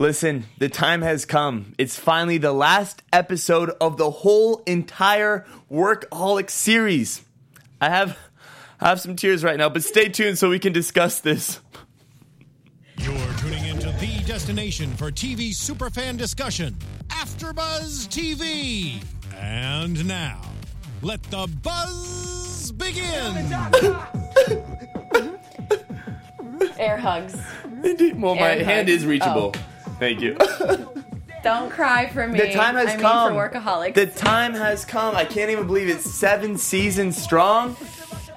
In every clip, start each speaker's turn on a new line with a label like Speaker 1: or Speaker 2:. Speaker 1: Listen, the time has come. It's finally the last episode of the whole entire Workaholic series. I have I have some tears right now, but stay tuned so we can discuss this.
Speaker 2: You're tuning into the destination for TV superfan discussion, AfterBuzz TV. And now, let the buzz begin.
Speaker 3: Air hugs.
Speaker 1: Well, my
Speaker 3: And
Speaker 1: hand
Speaker 3: I-
Speaker 1: is reachable. Thank you.
Speaker 3: Don't cry for me.
Speaker 1: The time has
Speaker 3: I mean
Speaker 1: come.
Speaker 3: for workaholics,
Speaker 1: The time has come. I can't even believe it's seven seasons strong.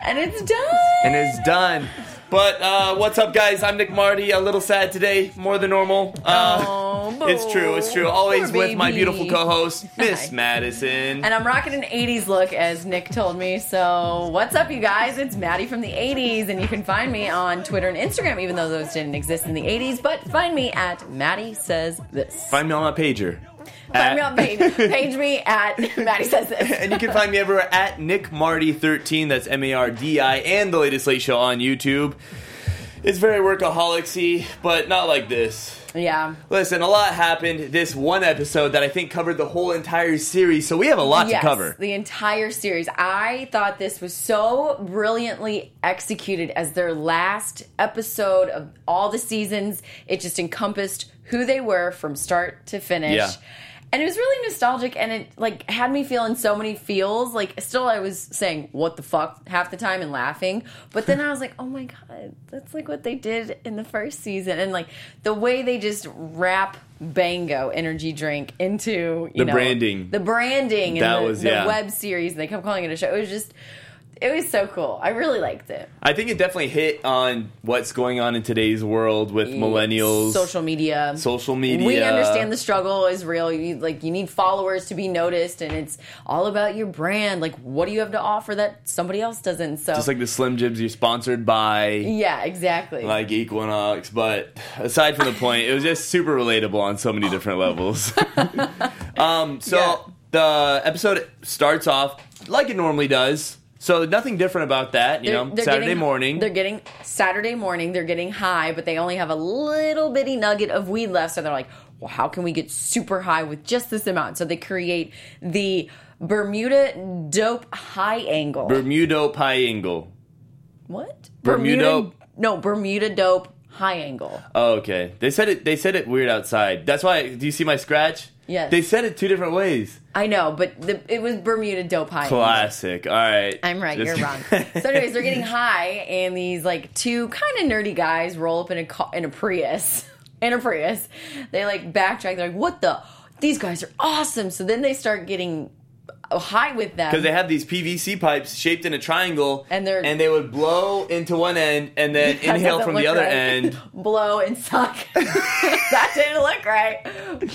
Speaker 3: and it's done.
Speaker 1: and it's done. But uh, what's up, guys? I'm Nick Marty. A little sad today, more than normal. Uh,
Speaker 3: Oh, boo.
Speaker 1: it's true. It's true. Always
Speaker 3: Poor
Speaker 1: with my
Speaker 3: baby.
Speaker 1: beautiful co-host, Miss
Speaker 3: Hi.
Speaker 1: Madison.
Speaker 3: And I'm rocking an 80s look, as Nick told me. So, what's up, you guys? It's Maddie from the 80s, and you can find me on Twitter and Instagram, even though those didn't exist in the 80s. But find me at Maddie Says This.
Speaker 1: Find me on my pager.
Speaker 3: Find me on page. Page me at Maddie Says This.
Speaker 1: and you can find me everywhere at Nick Marty 13. That's M A R D I, and the latest late show on YouTube. It's very workaholic-y, but not like this.
Speaker 3: Yeah.
Speaker 1: Listen, a lot happened this one episode that I think covered the whole entire series, so we have a lot
Speaker 3: yes,
Speaker 1: to cover.
Speaker 3: The entire series. I thought this was so brilliantly executed as their last episode of all the seasons. It just encompassed who they were from start to finish.
Speaker 1: Yeah.
Speaker 3: And it was really nostalgic and it like had me feeling so many feels. Like still I was saying what the fuck half the time and laughing. But then I was like, "Oh my god, that's like what they did in the first season." And like the way they just wrap Bango energy drink into, you
Speaker 1: The
Speaker 3: know,
Speaker 1: branding.
Speaker 3: The branding and
Speaker 1: That
Speaker 3: the,
Speaker 1: was-
Speaker 3: the
Speaker 1: yeah.
Speaker 3: web series and they kept calling it a show. It was just it was so cool. I really liked it.
Speaker 1: I think it definitely hit on what's going on in today's world with millennials,
Speaker 3: social media.
Speaker 1: social media.
Speaker 3: We understand the struggle is real. You like you need followers to be noticed, and it's all about your brand. Like, what do you have to offer that somebody else doesn't? So,
Speaker 1: Just like the Slim Jibs, you're sponsored by
Speaker 3: yeah, exactly.
Speaker 1: like Equinox. But aside from the point, it was just super relatable on so many different levels. um, so
Speaker 3: Yeah.
Speaker 1: the episode starts off like it normally does. So nothing different about that, you
Speaker 3: They're-
Speaker 1: know.
Speaker 3: they're
Speaker 1: Saturday
Speaker 3: getting-
Speaker 1: morning.
Speaker 3: They're getting Saturday morning. They're getting high, but they only have a little bitty nugget of weed left. So they're like, well, how can we get super high with just this amount? So they create the Bermuda dope high angle.
Speaker 1: Bermuda Piangle.
Speaker 3: what?
Speaker 1: Bermuda-
Speaker 3: No, Bermuda dope high angle.
Speaker 1: Oh, okay. They said it. They said it weird outside. That's why. Do you see my scratch?
Speaker 3: Yes.
Speaker 1: They said it two different ways.
Speaker 3: I know, but the, it was Bermuda dope high. angle.
Speaker 1: Classic. All right.
Speaker 3: I'm right,
Speaker 1: Just-
Speaker 3: you're wrong. So, anyways, they're getting high, and these like two kind of nerdy guys roll up in a ca- in a Prius, in a Prius. They like backtrack. They're like, "What the? These guys are awesome!" So then they start getting high with them.
Speaker 1: Because they have these PVC pipes shaped in a triangle,
Speaker 3: And they're-
Speaker 1: and they would blow into one end and then
Speaker 3: That
Speaker 1: inhale
Speaker 3: doesn't
Speaker 1: from the
Speaker 3: look
Speaker 1: other
Speaker 3: right.
Speaker 1: end.
Speaker 3: blow and suck. that didn't look right.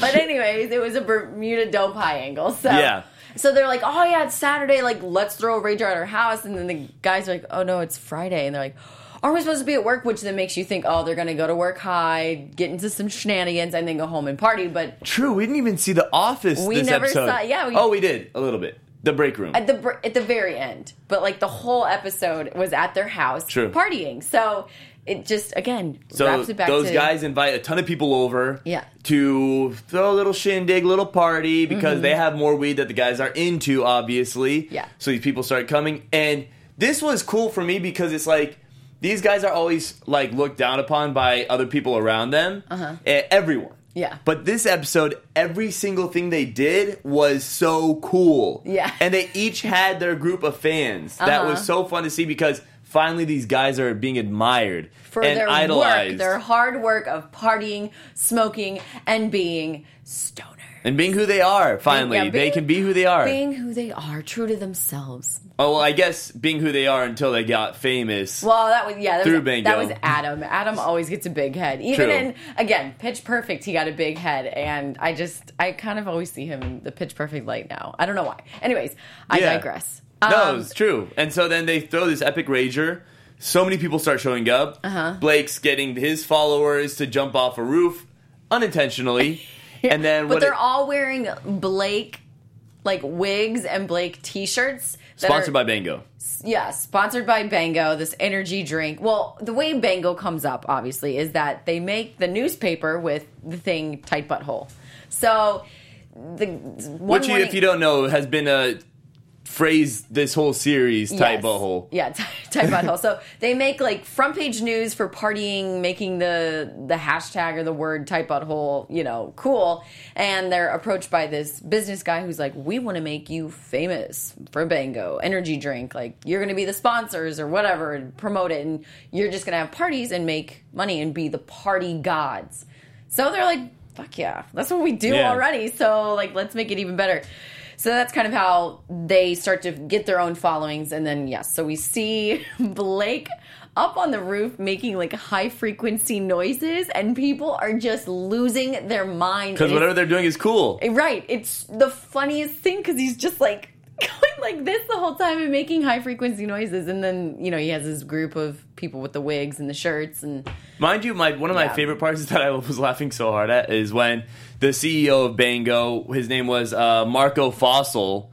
Speaker 3: But anyways, it was a Bermuda dope high angle. So
Speaker 1: Yeah.
Speaker 3: So they're like, oh yeah, it's Saturday. Like, let's throw a rager at our house. And then the guys are like, oh no, it's Friday. And they're like, aren't we supposed to be at work? Which then makes you think, oh, they're gonna go to work high, get into some shenanigans, and then go home and party. But
Speaker 1: True, we didn't even see the office.
Speaker 3: We
Speaker 1: this
Speaker 3: never
Speaker 1: episode.
Speaker 3: saw- yeah, we-
Speaker 1: oh, we did a little bit. The break room.
Speaker 3: at the br- at the very end. But like the whole episode was at their house,
Speaker 1: True.
Speaker 3: partying. So it just again
Speaker 1: so
Speaker 3: wraps it back.
Speaker 1: those
Speaker 3: to,
Speaker 1: guys invite a ton of people over.
Speaker 3: Yeah.
Speaker 1: To throw a little shindig, little party because they have more weed that the guys are into, obviously.
Speaker 3: Mm-hmm. Yeah.
Speaker 1: So these people start coming, and this was cool for me because it's like these guys are always like looked down upon by other people around them, uh-huh. everyone.
Speaker 3: Yeah.
Speaker 1: But this episode, every single thing they did was so cool.
Speaker 3: Yeah.
Speaker 1: And they each had their group of fans. That was
Speaker 3: Uh-huh.
Speaker 1: so fun to see because finally these guys are being admired
Speaker 3: for
Speaker 1: and
Speaker 3: their
Speaker 1: idolized
Speaker 3: work, their hard work of partying, smoking, and being stoner.
Speaker 1: and being who they are. Finally,
Speaker 3: Yeah,
Speaker 1: they
Speaker 3: being-
Speaker 1: can be who they are.
Speaker 3: Being who they are, true to themselves.
Speaker 1: oh well, I guess being who they are until they got famous.
Speaker 3: Well, that was yeah. That
Speaker 1: Through
Speaker 3: was,
Speaker 1: bingo.
Speaker 3: That was Adam. Adam always gets a big head.
Speaker 1: True.
Speaker 3: Even in again, Pitch Perfect, he got a big head, and I just I kind of always see him in the Pitch Perfect light now. I don't know why. Anyways, I
Speaker 1: Yeah.
Speaker 3: digress.
Speaker 1: no,
Speaker 3: Um,
Speaker 1: it's true. And so then they throw this epic rager. So many people start showing up. Uh-huh. Blake's getting his followers to jump off a roof unintentionally, and then
Speaker 3: but
Speaker 1: what
Speaker 3: they're
Speaker 1: it-
Speaker 3: all wearing Blake like wigs and Blake t-shirts. that
Speaker 1: Sponsored
Speaker 3: are-
Speaker 1: by Bango.
Speaker 3: yeah, sponsored by Bango, this energy drink. Well, the way Bango comes up, obviously, is that they make the newspaper with the thing tight butthole. So the one
Speaker 1: Which,
Speaker 3: morning-
Speaker 1: if you don't know, has been a phrase this whole series, tight
Speaker 3: Yes.
Speaker 1: butthole.
Speaker 3: Yeah, tight, tight butthole. so they make like front page news for partying, making the the hashtag or the word tight butthole, you know, cool. And they're approached by this business guy who's like, "We want to make you famous for Bango energy drink. Like you're going to be the sponsors or whatever, and promote it, and you're just going to have parties and make money and be the party gods." So they're like, fuck yeah, that's what we do
Speaker 1: Yeah.
Speaker 3: already. So like, let's make it even better. So that's kind of how they start to get their own followings. And then, yes, so we see Blake up on the roof making like high frequency noises, and people are just losing their mind.
Speaker 1: Because
Speaker 3: It is-
Speaker 1: whatever they're doing is cool.
Speaker 3: Right. It's the funniest thing because he's just like going like this the whole time and making high frequency noises. And then, you know, he has his group of people with the wigs and the shirts and.
Speaker 1: Mind you, my one of my
Speaker 3: Yeah.
Speaker 1: favorite parts that I was laughing so hard at is when the CEO of Bango, his name was uh, Marco Fossil,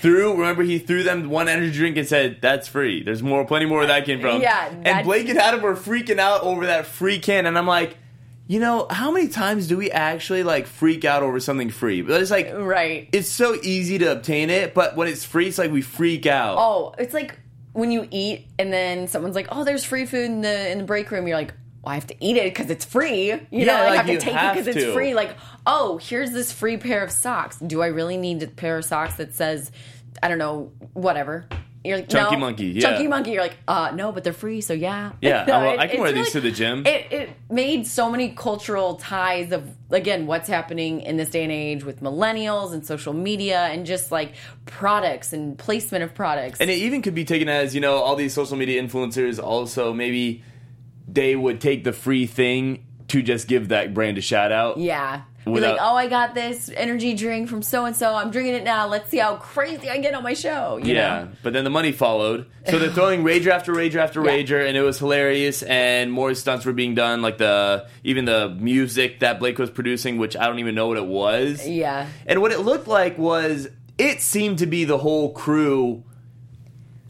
Speaker 1: threw. Remember, he threw them one energy drink and said, "That's free. There's more, plenty more where that came from."
Speaker 3: Yeah,
Speaker 1: and
Speaker 3: that-
Speaker 1: Blake and Adam were freaking out over that free can, and I'm like. You know, how many times do we actually like freak out over something free? But it's like,
Speaker 3: Right.
Speaker 1: It's so easy to obtain it, but when it's free, it's like we freak out.
Speaker 3: Oh, it's like when you eat and then someone's like, "Oh, there's free food in the in the break room." You're like, "Well, I have to eat it because it's free." You know,
Speaker 1: Yeah, like,
Speaker 3: like, I have
Speaker 1: you
Speaker 3: to take
Speaker 1: have
Speaker 3: it because
Speaker 1: to.
Speaker 3: it's free. Like, oh, here's this free pair of socks. Do I really need a pair of socks that says, I don't know, whatever? You're like,
Speaker 1: Chunky
Speaker 3: no.
Speaker 1: monkey, yeah.
Speaker 3: Chunky monkey. You're like, uh, no, but they're free, so yeah.
Speaker 1: Yeah, I-
Speaker 3: it-
Speaker 1: I can
Speaker 3: it's
Speaker 1: wear these to the gym.
Speaker 3: It, it made so many cultural ties of again what's happening in this day and age with millennials and social media and just like products and placement of products.
Speaker 1: And it even could be taken as, you know, all these social media influencers also maybe they would take the free thing to just give that brand a shout out.
Speaker 3: Yeah.
Speaker 1: Without-
Speaker 3: Be like, oh, I got this energy drink from so and so. I'm drinking it now. Let's see how crazy I get on my show. you
Speaker 1: Yeah,
Speaker 3: know?
Speaker 1: but then the money followed. So they're throwing rager after rager after
Speaker 3: Yeah.
Speaker 1: rager, and it was hilarious. And more stunts were being done, like the even the music that Blake was producing, which I don't even know what it was.
Speaker 3: Yeah.
Speaker 1: And what it looked like was it seemed to be the whole crew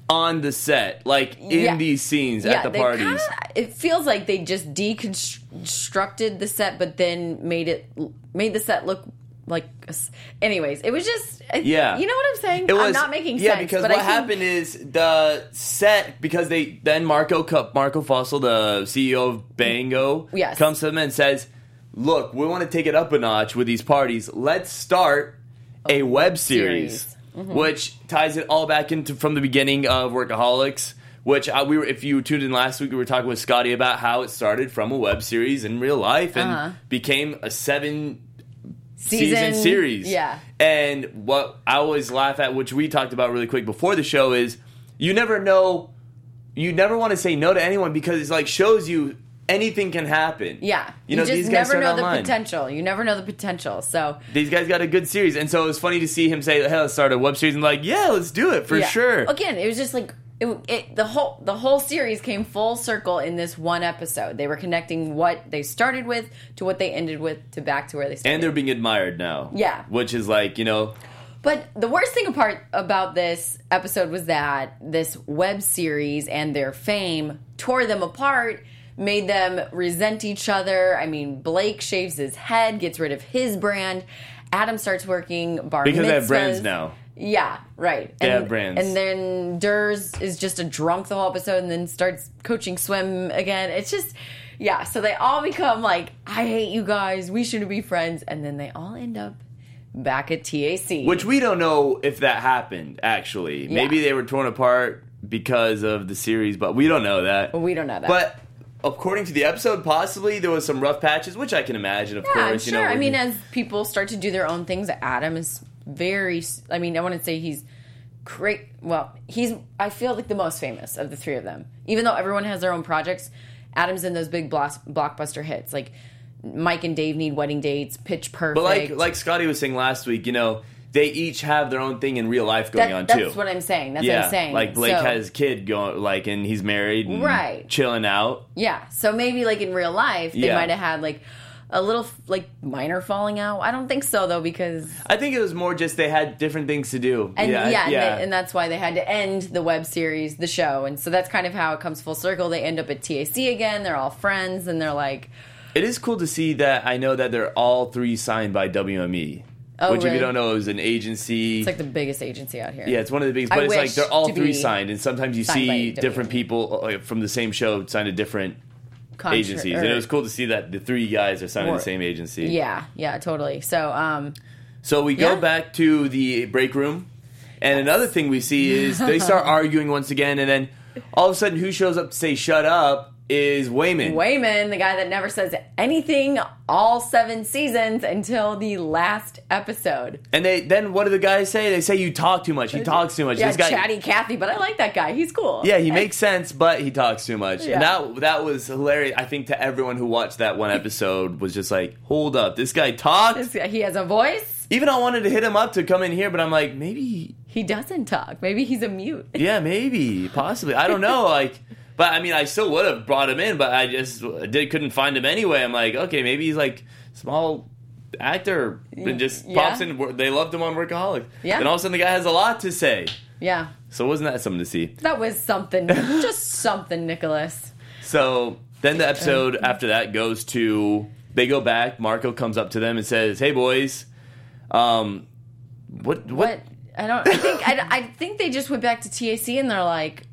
Speaker 1: on the set, like in
Speaker 3: Yeah.
Speaker 1: these scenes
Speaker 3: yeah.
Speaker 1: at the
Speaker 3: they
Speaker 1: parties.
Speaker 3: kinda- it feels like they just deconstructed the set, but then made it made the set look like. a s- Anyways, it was just. I-
Speaker 1: Yeah.
Speaker 3: You know what I'm saying?
Speaker 1: It was,
Speaker 3: I'm not making
Speaker 1: yeah,
Speaker 3: sense.
Speaker 1: because
Speaker 3: but
Speaker 1: what
Speaker 3: I think-
Speaker 1: happened is the set because they then Marco Cup Marco Fossil, the CEO of Bango,
Speaker 3: Yes.
Speaker 1: comes to them and says, "Look, we want to take it up a notch with these parties. Let's start a web series,
Speaker 3: series. Mm-hmm.
Speaker 1: which ties it all back into from the beginning of Workaholics." Which I, we were, if you tuned in last week, we were talking with Scotty about how it started from a web series in real life and
Speaker 3: Uh-huh.
Speaker 1: became a seven season, series.
Speaker 3: Yeah.
Speaker 1: And what I always laugh at, which we talked about really quick before the show, is you never know, you never want to say no to anyone because it's like shows you anything can happen.
Speaker 3: Yeah.
Speaker 1: You know,
Speaker 3: just
Speaker 1: these guys
Speaker 3: never
Speaker 1: started
Speaker 3: know
Speaker 1: online.
Speaker 3: the potential. You never know the potential. So.
Speaker 1: These guys got a good series. And so it was funny to see him say, hey, let's start a web series. And like, yeah, let's do it for
Speaker 3: Yeah.
Speaker 1: sure.
Speaker 3: Again, it was just like it, it, the whole the whole series came full circle in this one episode. They were connecting what they started with to what they ended with to back to where they started.
Speaker 1: And they're being admired now.
Speaker 3: Yeah.
Speaker 1: Which is like, you know,
Speaker 3: But the worst thing apart about this episode was that this web series and their fame tore them apart, made them resent each other. I mean, Blake shaves his head, gets rid of his brand. Adam starts working bar
Speaker 1: because they have brands
Speaker 3: mitzvahs.
Speaker 1: now.
Speaker 3: Yeah, right.
Speaker 1: They
Speaker 3: and,
Speaker 1: have brands.
Speaker 3: And then Durs is just a drunk the whole episode and then starts coaching swim again. It's just, yeah. So they all become like, I hate you guys. We shouldn't be friends. And then they all end up back at TAC.
Speaker 1: Which we don't know if that happened, actually. Maybe they were torn apart because of the series, but we don't know that.
Speaker 3: we don't know that.
Speaker 1: But according to the episode, possibly there was some rough patches, which I can imagine, of
Speaker 3: yeah,
Speaker 1: course.
Speaker 3: I'm
Speaker 1: You
Speaker 3: sure.
Speaker 1: know,
Speaker 3: I
Speaker 1: when
Speaker 3: mean,
Speaker 1: you-
Speaker 3: as people start to do their own things, Adam is very, s- I mean, I want to say he's great. Well, he's, I feel like the most famous of the three of them. Even though everyone has their own projects, Adam's in those big blos- blockbuster hits. Like Mike and Dave need wedding dates, pitch perfect.
Speaker 1: but like like Scotty was saying last week, you know, they each have their own thing in real life going
Speaker 3: That-
Speaker 1: on too.
Speaker 3: that's what I'm saying. That's
Speaker 1: yeah,
Speaker 3: what I'm saying.
Speaker 1: like Blake
Speaker 3: So-
Speaker 1: has his kid going, like, and he's married, and
Speaker 3: Right.
Speaker 1: Chilling out.
Speaker 3: Yeah. So maybe like in real life, they
Speaker 1: Yeah.
Speaker 3: might have had like a little like minor falling out. I don't think so though because
Speaker 1: I think it was more just they had different things to do.
Speaker 3: and yeah, and, they- and that's why they had to end the web series, the show, and so that's kind of how it comes full circle. They end up at TAC again. They're all friends, and they're like,
Speaker 1: It is cool to see that I know that they're all three signed by WME.
Speaker 3: Oh,
Speaker 1: which, if
Speaker 3: really?
Speaker 1: you don't know, is an agency.
Speaker 3: it's like the biggest agency out here.
Speaker 1: yeah, it's one of the biggest.
Speaker 3: I
Speaker 1: But it's like
Speaker 3: wish
Speaker 1: they're all
Speaker 3: to
Speaker 1: three
Speaker 3: be
Speaker 1: signed, and sometimes you
Speaker 3: signed
Speaker 1: see
Speaker 3: by
Speaker 1: different
Speaker 3: WWE.
Speaker 1: people uh, from the same show signed to different
Speaker 3: Contra-
Speaker 1: agencies, and
Speaker 3: or-
Speaker 1: it was cool to see that the three guys are signed to
Speaker 3: Or-
Speaker 1: the same agency.
Speaker 3: Yeah, yeah, totally. So, um,
Speaker 1: So we go
Speaker 3: Yeah.
Speaker 1: back to the break room, and another thing we see is they start arguing once again, and then all of a sudden, who shows up to say "shut up" is Wayman.
Speaker 3: Wayman, the guy that never says anything all seven seasons until the last episode.
Speaker 1: And they then what do the guys say? They say you talk too much. He talks too much.
Speaker 3: Yeah,
Speaker 1: this guy,
Speaker 3: chatty Cathy, but I like that guy. He's cool.
Speaker 1: yeah, he makes sense, but he talks too much.
Speaker 3: Yeah.
Speaker 1: And that that was hilarious. I think to everyone who watched that one episode was just like, hold up, this guy talks.
Speaker 3: This guy- He has a voice.
Speaker 1: Even I wanted to hit him up to come in here, but I'm like, maybe,
Speaker 3: He doesn't talk. Maybe he's a mute.
Speaker 1: yeah, maybe, possibly. I don't know, like. But I mean, I still would have brought him in, but I just did couldn't find him anyway. I'm like, okay, maybe he's like small actor and just
Speaker 3: Yeah.
Speaker 1: pops in. They loved him on Workaholics,
Speaker 3: Yeah.
Speaker 1: And all of a sudden, the guy has a lot to say.
Speaker 3: Yeah.
Speaker 1: So wasn't that something to see?
Speaker 3: That was something. just something, Nicholas.
Speaker 1: So then the episode after that goes to they go back. Marco comes up to them and says, "Hey boys, um, what what?"
Speaker 3: But I don't, I think, I, I think they just went back to TAC and they're like,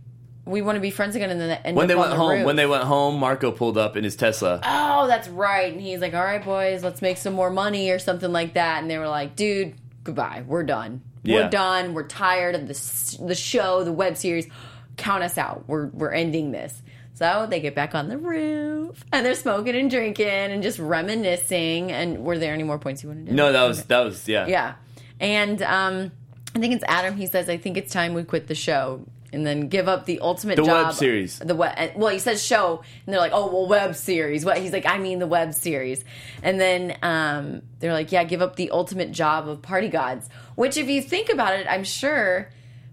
Speaker 3: we want to be friends again. And then end
Speaker 1: When
Speaker 3: up
Speaker 1: they
Speaker 3: on
Speaker 1: went
Speaker 3: the
Speaker 1: home,
Speaker 3: roof.
Speaker 1: when they went home, Marco pulled up in his Tesla.
Speaker 3: oh, that's right. And he's like, all right, boys, let's make some more money or something like that. And they were like, dude, goodbye. We're done.
Speaker 1: Yeah.
Speaker 3: We're done. We're tired of the s- the show, the web series. Count us out. We're we're ending this. So they get back on the roof and they're smoking and drinking and just reminiscing. And were there any more points you wanted to?
Speaker 1: No, that was that was yeah.
Speaker 3: Yeah. And um, I think it's Adam. He says, I think it's time we quit the show and then give up the ultimate
Speaker 1: The
Speaker 3: job.
Speaker 1: web series.
Speaker 3: The web. Well, he says show, and they're like, oh, well, web series. What? He's like, I mean the web series. And then um, they're like, yeah, give up the ultimate job of party gods. Which, if you think about it, I'm sure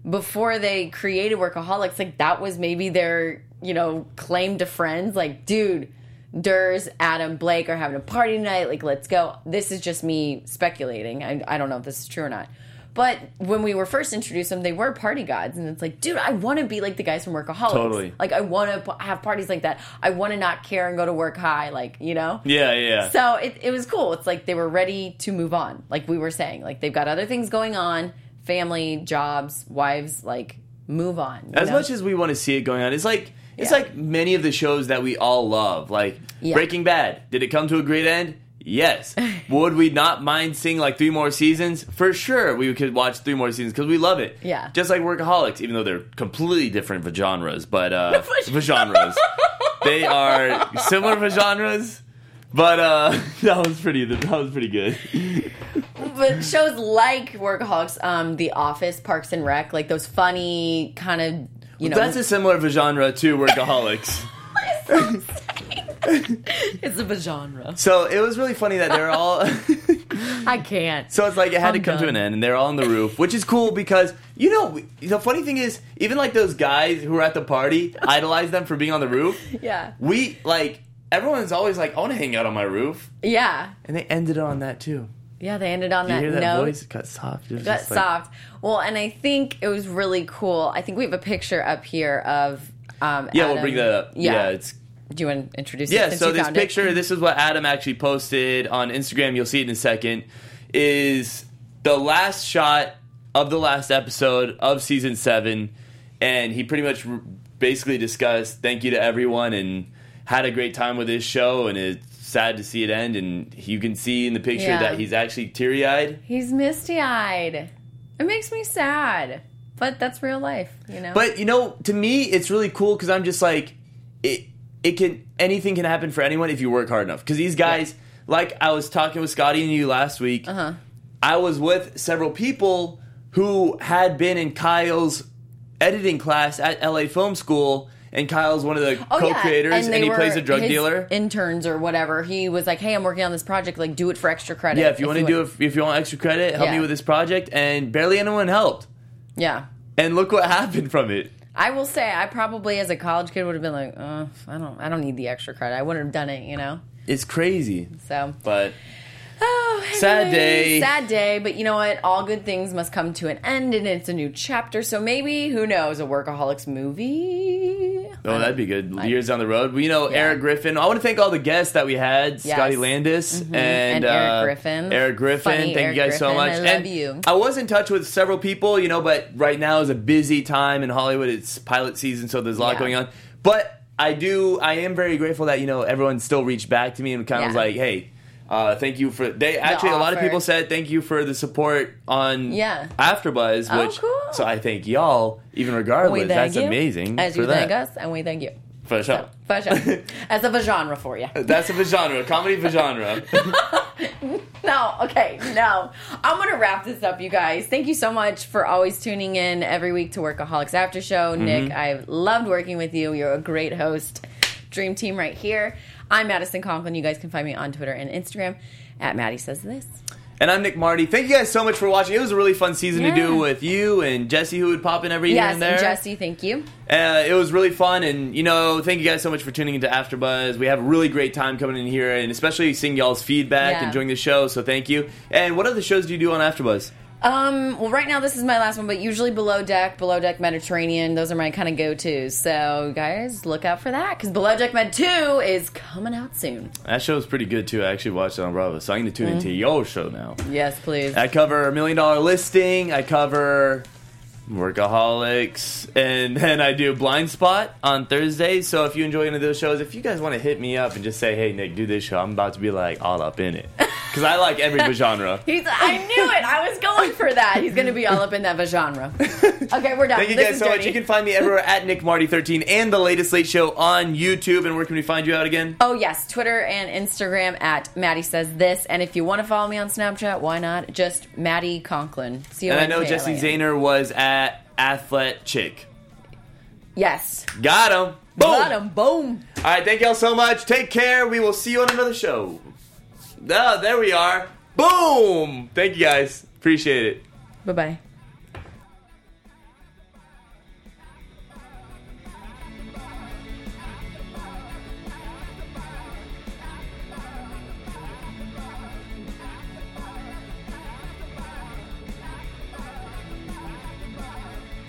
Speaker 3: before they created workaholics like that was maybe their you know claim to friends like dude Durs, Adam, Blake are having a party tonight. Like, let's go. This is just me speculating. I, I don't know if this is true or not. But when we were first introduced them, they were party gods. And it's like, dude, I want to be like the guys from Workaholics.
Speaker 1: Totally.
Speaker 3: Like, I want to have parties like that. I want to not care and go to work high. Like, you know?
Speaker 1: yeah, yeah.
Speaker 3: So it, it was cool. It's like they were ready to move on, like we were saying. Like they've got other things going on family, jobs, wives, like move on. you
Speaker 1: as
Speaker 3: know?
Speaker 1: much as we want to see it going on, it's like it's
Speaker 3: Yeah.
Speaker 1: like many of the shows that we all love, like
Speaker 3: Yeah.
Speaker 1: Breaking Bad. Did it come to a great end? Yes. Would we not mind seeing like three more seasons? For sure, we could watch three more seasons because we love it.
Speaker 3: Yeah.
Speaker 1: Just like Workaholics, even though they're completely different for genres, but uh, for genres, they are similar for genres. But uh, that was pretty. That was pretty good.
Speaker 3: but shows like Workaholics, um, The Office, Parks and Rec, like those funny kind of, you know.
Speaker 1: That's a similar for genre to Workaholics.
Speaker 3: it's a genre.
Speaker 1: so it was really funny that they're all.
Speaker 3: I can't.
Speaker 1: So it's like it had to
Speaker 3: I'm
Speaker 1: come to
Speaker 3: done.
Speaker 1: an end, and they're all on the roof, which is cool because you know the funny thing is even like those guys who were at the party idolize them for being on the roof.
Speaker 3: Yeah.
Speaker 1: We like everyone's always like, I want to hang out on my roof,
Speaker 3: Yeah.
Speaker 1: and they ended on that too.
Speaker 3: Yeah, they ended on
Speaker 1: You
Speaker 3: that
Speaker 1: hear that
Speaker 3: note.
Speaker 1: voice? It got soft. It was
Speaker 3: got
Speaker 1: just like-
Speaker 3: soft. Well, and I think it was really cool. I think we have a picture up here of. Um,
Speaker 1: Yeah, we'll
Speaker 3: Adam-
Speaker 1: bring that up. Yeah, it's
Speaker 3: Do you want to introduce? it
Speaker 1: yeah.
Speaker 3: since
Speaker 1: So
Speaker 3: you
Speaker 1: this
Speaker 3: found it?
Speaker 1: picture, this is what Adam actually posted on Instagram. You'll see it in a second. Is the last shot of the last episode of season seven, and he pretty much r- basically discussed thank you to everyone and had a great time with his show, and it's sad to see it end. And you can see in the picture
Speaker 3: Yeah.
Speaker 1: that he's actually teary eyed.
Speaker 3: He's misty eyed. It makes me sad, but that's real life, you know.
Speaker 1: But you know, to me, it's really cool because I'm just like, it. It can anything can happen for anyone if you work hard enough. Because these guys, like I was talking with Scotty and you last week, uh-huh. I was with several people who had been in Kyle's editing class at LA Film School, and Kyle's one of the
Speaker 3: Oh, yeah,
Speaker 1: co-creators, and,
Speaker 3: they
Speaker 1: he
Speaker 3: were
Speaker 1: plays a drug
Speaker 3: his
Speaker 1: dealer.
Speaker 3: Interns or whatever. He was like, "Hey, I'm working on this project. Like, do it for extra credit."
Speaker 1: yeah, if you want to do it, if you want extra credit, help me
Speaker 3: Yeah.
Speaker 1: with this project, and barely anyone helped.
Speaker 3: yeah.
Speaker 1: And look what happened from it.
Speaker 3: I will say, I probably as a college kid would have been like, uh, "I don't, I don't need the extra credit. I wouldn't have done it," you know.
Speaker 1: It's crazy.
Speaker 3: So
Speaker 1: But
Speaker 3: Oh,
Speaker 1: Sad day.
Speaker 3: Sad day, but you know what? All good things must come to an end, and it's a new chapter. So maybe, who knows, a workaholics movie?
Speaker 1: Oh, that'd be good. Years down the road. We know Eric Griffin. I want to thank all the guests that we had Scotty Landis and,
Speaker 3: Mm-hmm. And Eric
Speaker 1: uh,
Speaker 3: Griffin.
Speaker 1: Eric Griffin.
Speaker 3: Funny
Speaker 1: thank
Speaker 3: Eric
Speaker 1: you guys so
Speaker 3: Griffin.
Speaker 1: much.
Speaker 3: I love
Speaker 1: and
Speaker 3: you.
Speaker 1: I was in touch with several people, you know, but right now is a busy time in Hollywood. It's pilot season, so there's a lot
Speaker 3: Yeah.
Speaker 1: going on. But I do, I am very grateful that, you know, everyone still reached back to me and kind of was
Speaker 3: Yeah.
Speaker 1: like, hey, uh, thank you for they actually a lot of
Speaker 3: offer.
Speaker 1: people said thank you for the support on
Speaker 3: Yeah.
Speaker 1: AfterBuzz,
Speaker 3: Oh,
Speaker 1: which
Speaker 3: cool.
Speaker 1: so I thank y'all even
Speaker 3: We
Speaker 1: regardless.
Speaker 3: thank
Speaker 1: That's
Speaker 3: you,
Speaker 1: amazing.
Speaker 3: As
Speaker 1: for
Speaker 3: you
Speaker 1: that.
Speaker 3: thank us, and we thank you.
Speaker 1: For sure.
Speaker 3: For sure. As of a genre for you.
Speaker 1: That's a genre, comedy for genre.
Speaker 3: No, okay, no. I'm gonna wrap this up, you guys. Thank you so much for always tuning in every week to Workaholics After Show. Nick, I loved working with you. You're a great host. Dream team right here. I'm Madison Conklin. You guys can find me on Twitter and Instagram at Maddie Says This.
Speaker 1: and I'm Nick Marty. Thank you guys so much for watching. It was a really fun season to do
Speaker 3: Yeah.
Speaker 1: with you and Jesse, who would pop in every
Speaker 3: Yes,
Speaker 1: here and there.
Speaker 3: and Jesse, thank you.
Speaker 1: Uh, it was really fun, and you know, thank you guys so much for tuning into AfterBuzz. We have a really great time coming in here, and especially seeing y'all's feedback,
Speaker 3: Yeah.
Speaker 1: enjoying the show. So thank you. And what other shows do you do on AfterBuzz?
Speaker 3: Um, well, right now this is my last one, but usually Below Deck, Below Deck Mediterranean, those are my kind of go tos. So, guys, look out for that because Below Deck Med 2 is coming out soon.
Speaker 1: That show was pretty good too. I actually watched it on Bravo, so I'm going to tune
Speaker 3: Mm-hmm.
Speaker 1: into your show now.
Speaker 3: Yes, please.
Speaker 1: I cover million dollar listing. I cover workaholics, and then I do blind spot on Thursdays. So if you enjoy any of those shows, if you guys want to hit me up and just say, "Hey Nick, do this show," I'm about to be like all up in it because I like every genre.
Speaker 3: He's, I knew it. I was going for that. He's going to be all up in that genre. Okay, we're done.
Speaker 1: Thank you
Speaker 3: This
Speaker 1: guys
Speaker 3: is
Speaker 1: so much.
Speaker 3: Jody.
Speaker 1: You can find me everywhere at Nick Marty 13 and the latest Late Show on YouTube. And where can we find you out again?
Speaker 3: Oh yes, Twitter and Instagram at Maddie says this, and if you want to follow me on Snapchat, why not? Just Maddie Conklin. See you.
Speaker 1: and I know Jesse
Speaker 3: oh,
Speaker 1: Zahner was at Athlet Chick.
Speaker 3: Yes.
Speaker 1: Got him. Boom.
Speaker 3: Got him. Boom.
Speaker 1: All right. Thank y'all so much. Take care. We will see you on another show. Oh, there we are. Boom. Thank you guys. Appreciate it.
Speaker 3: Bye bye.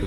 Speaker 4: The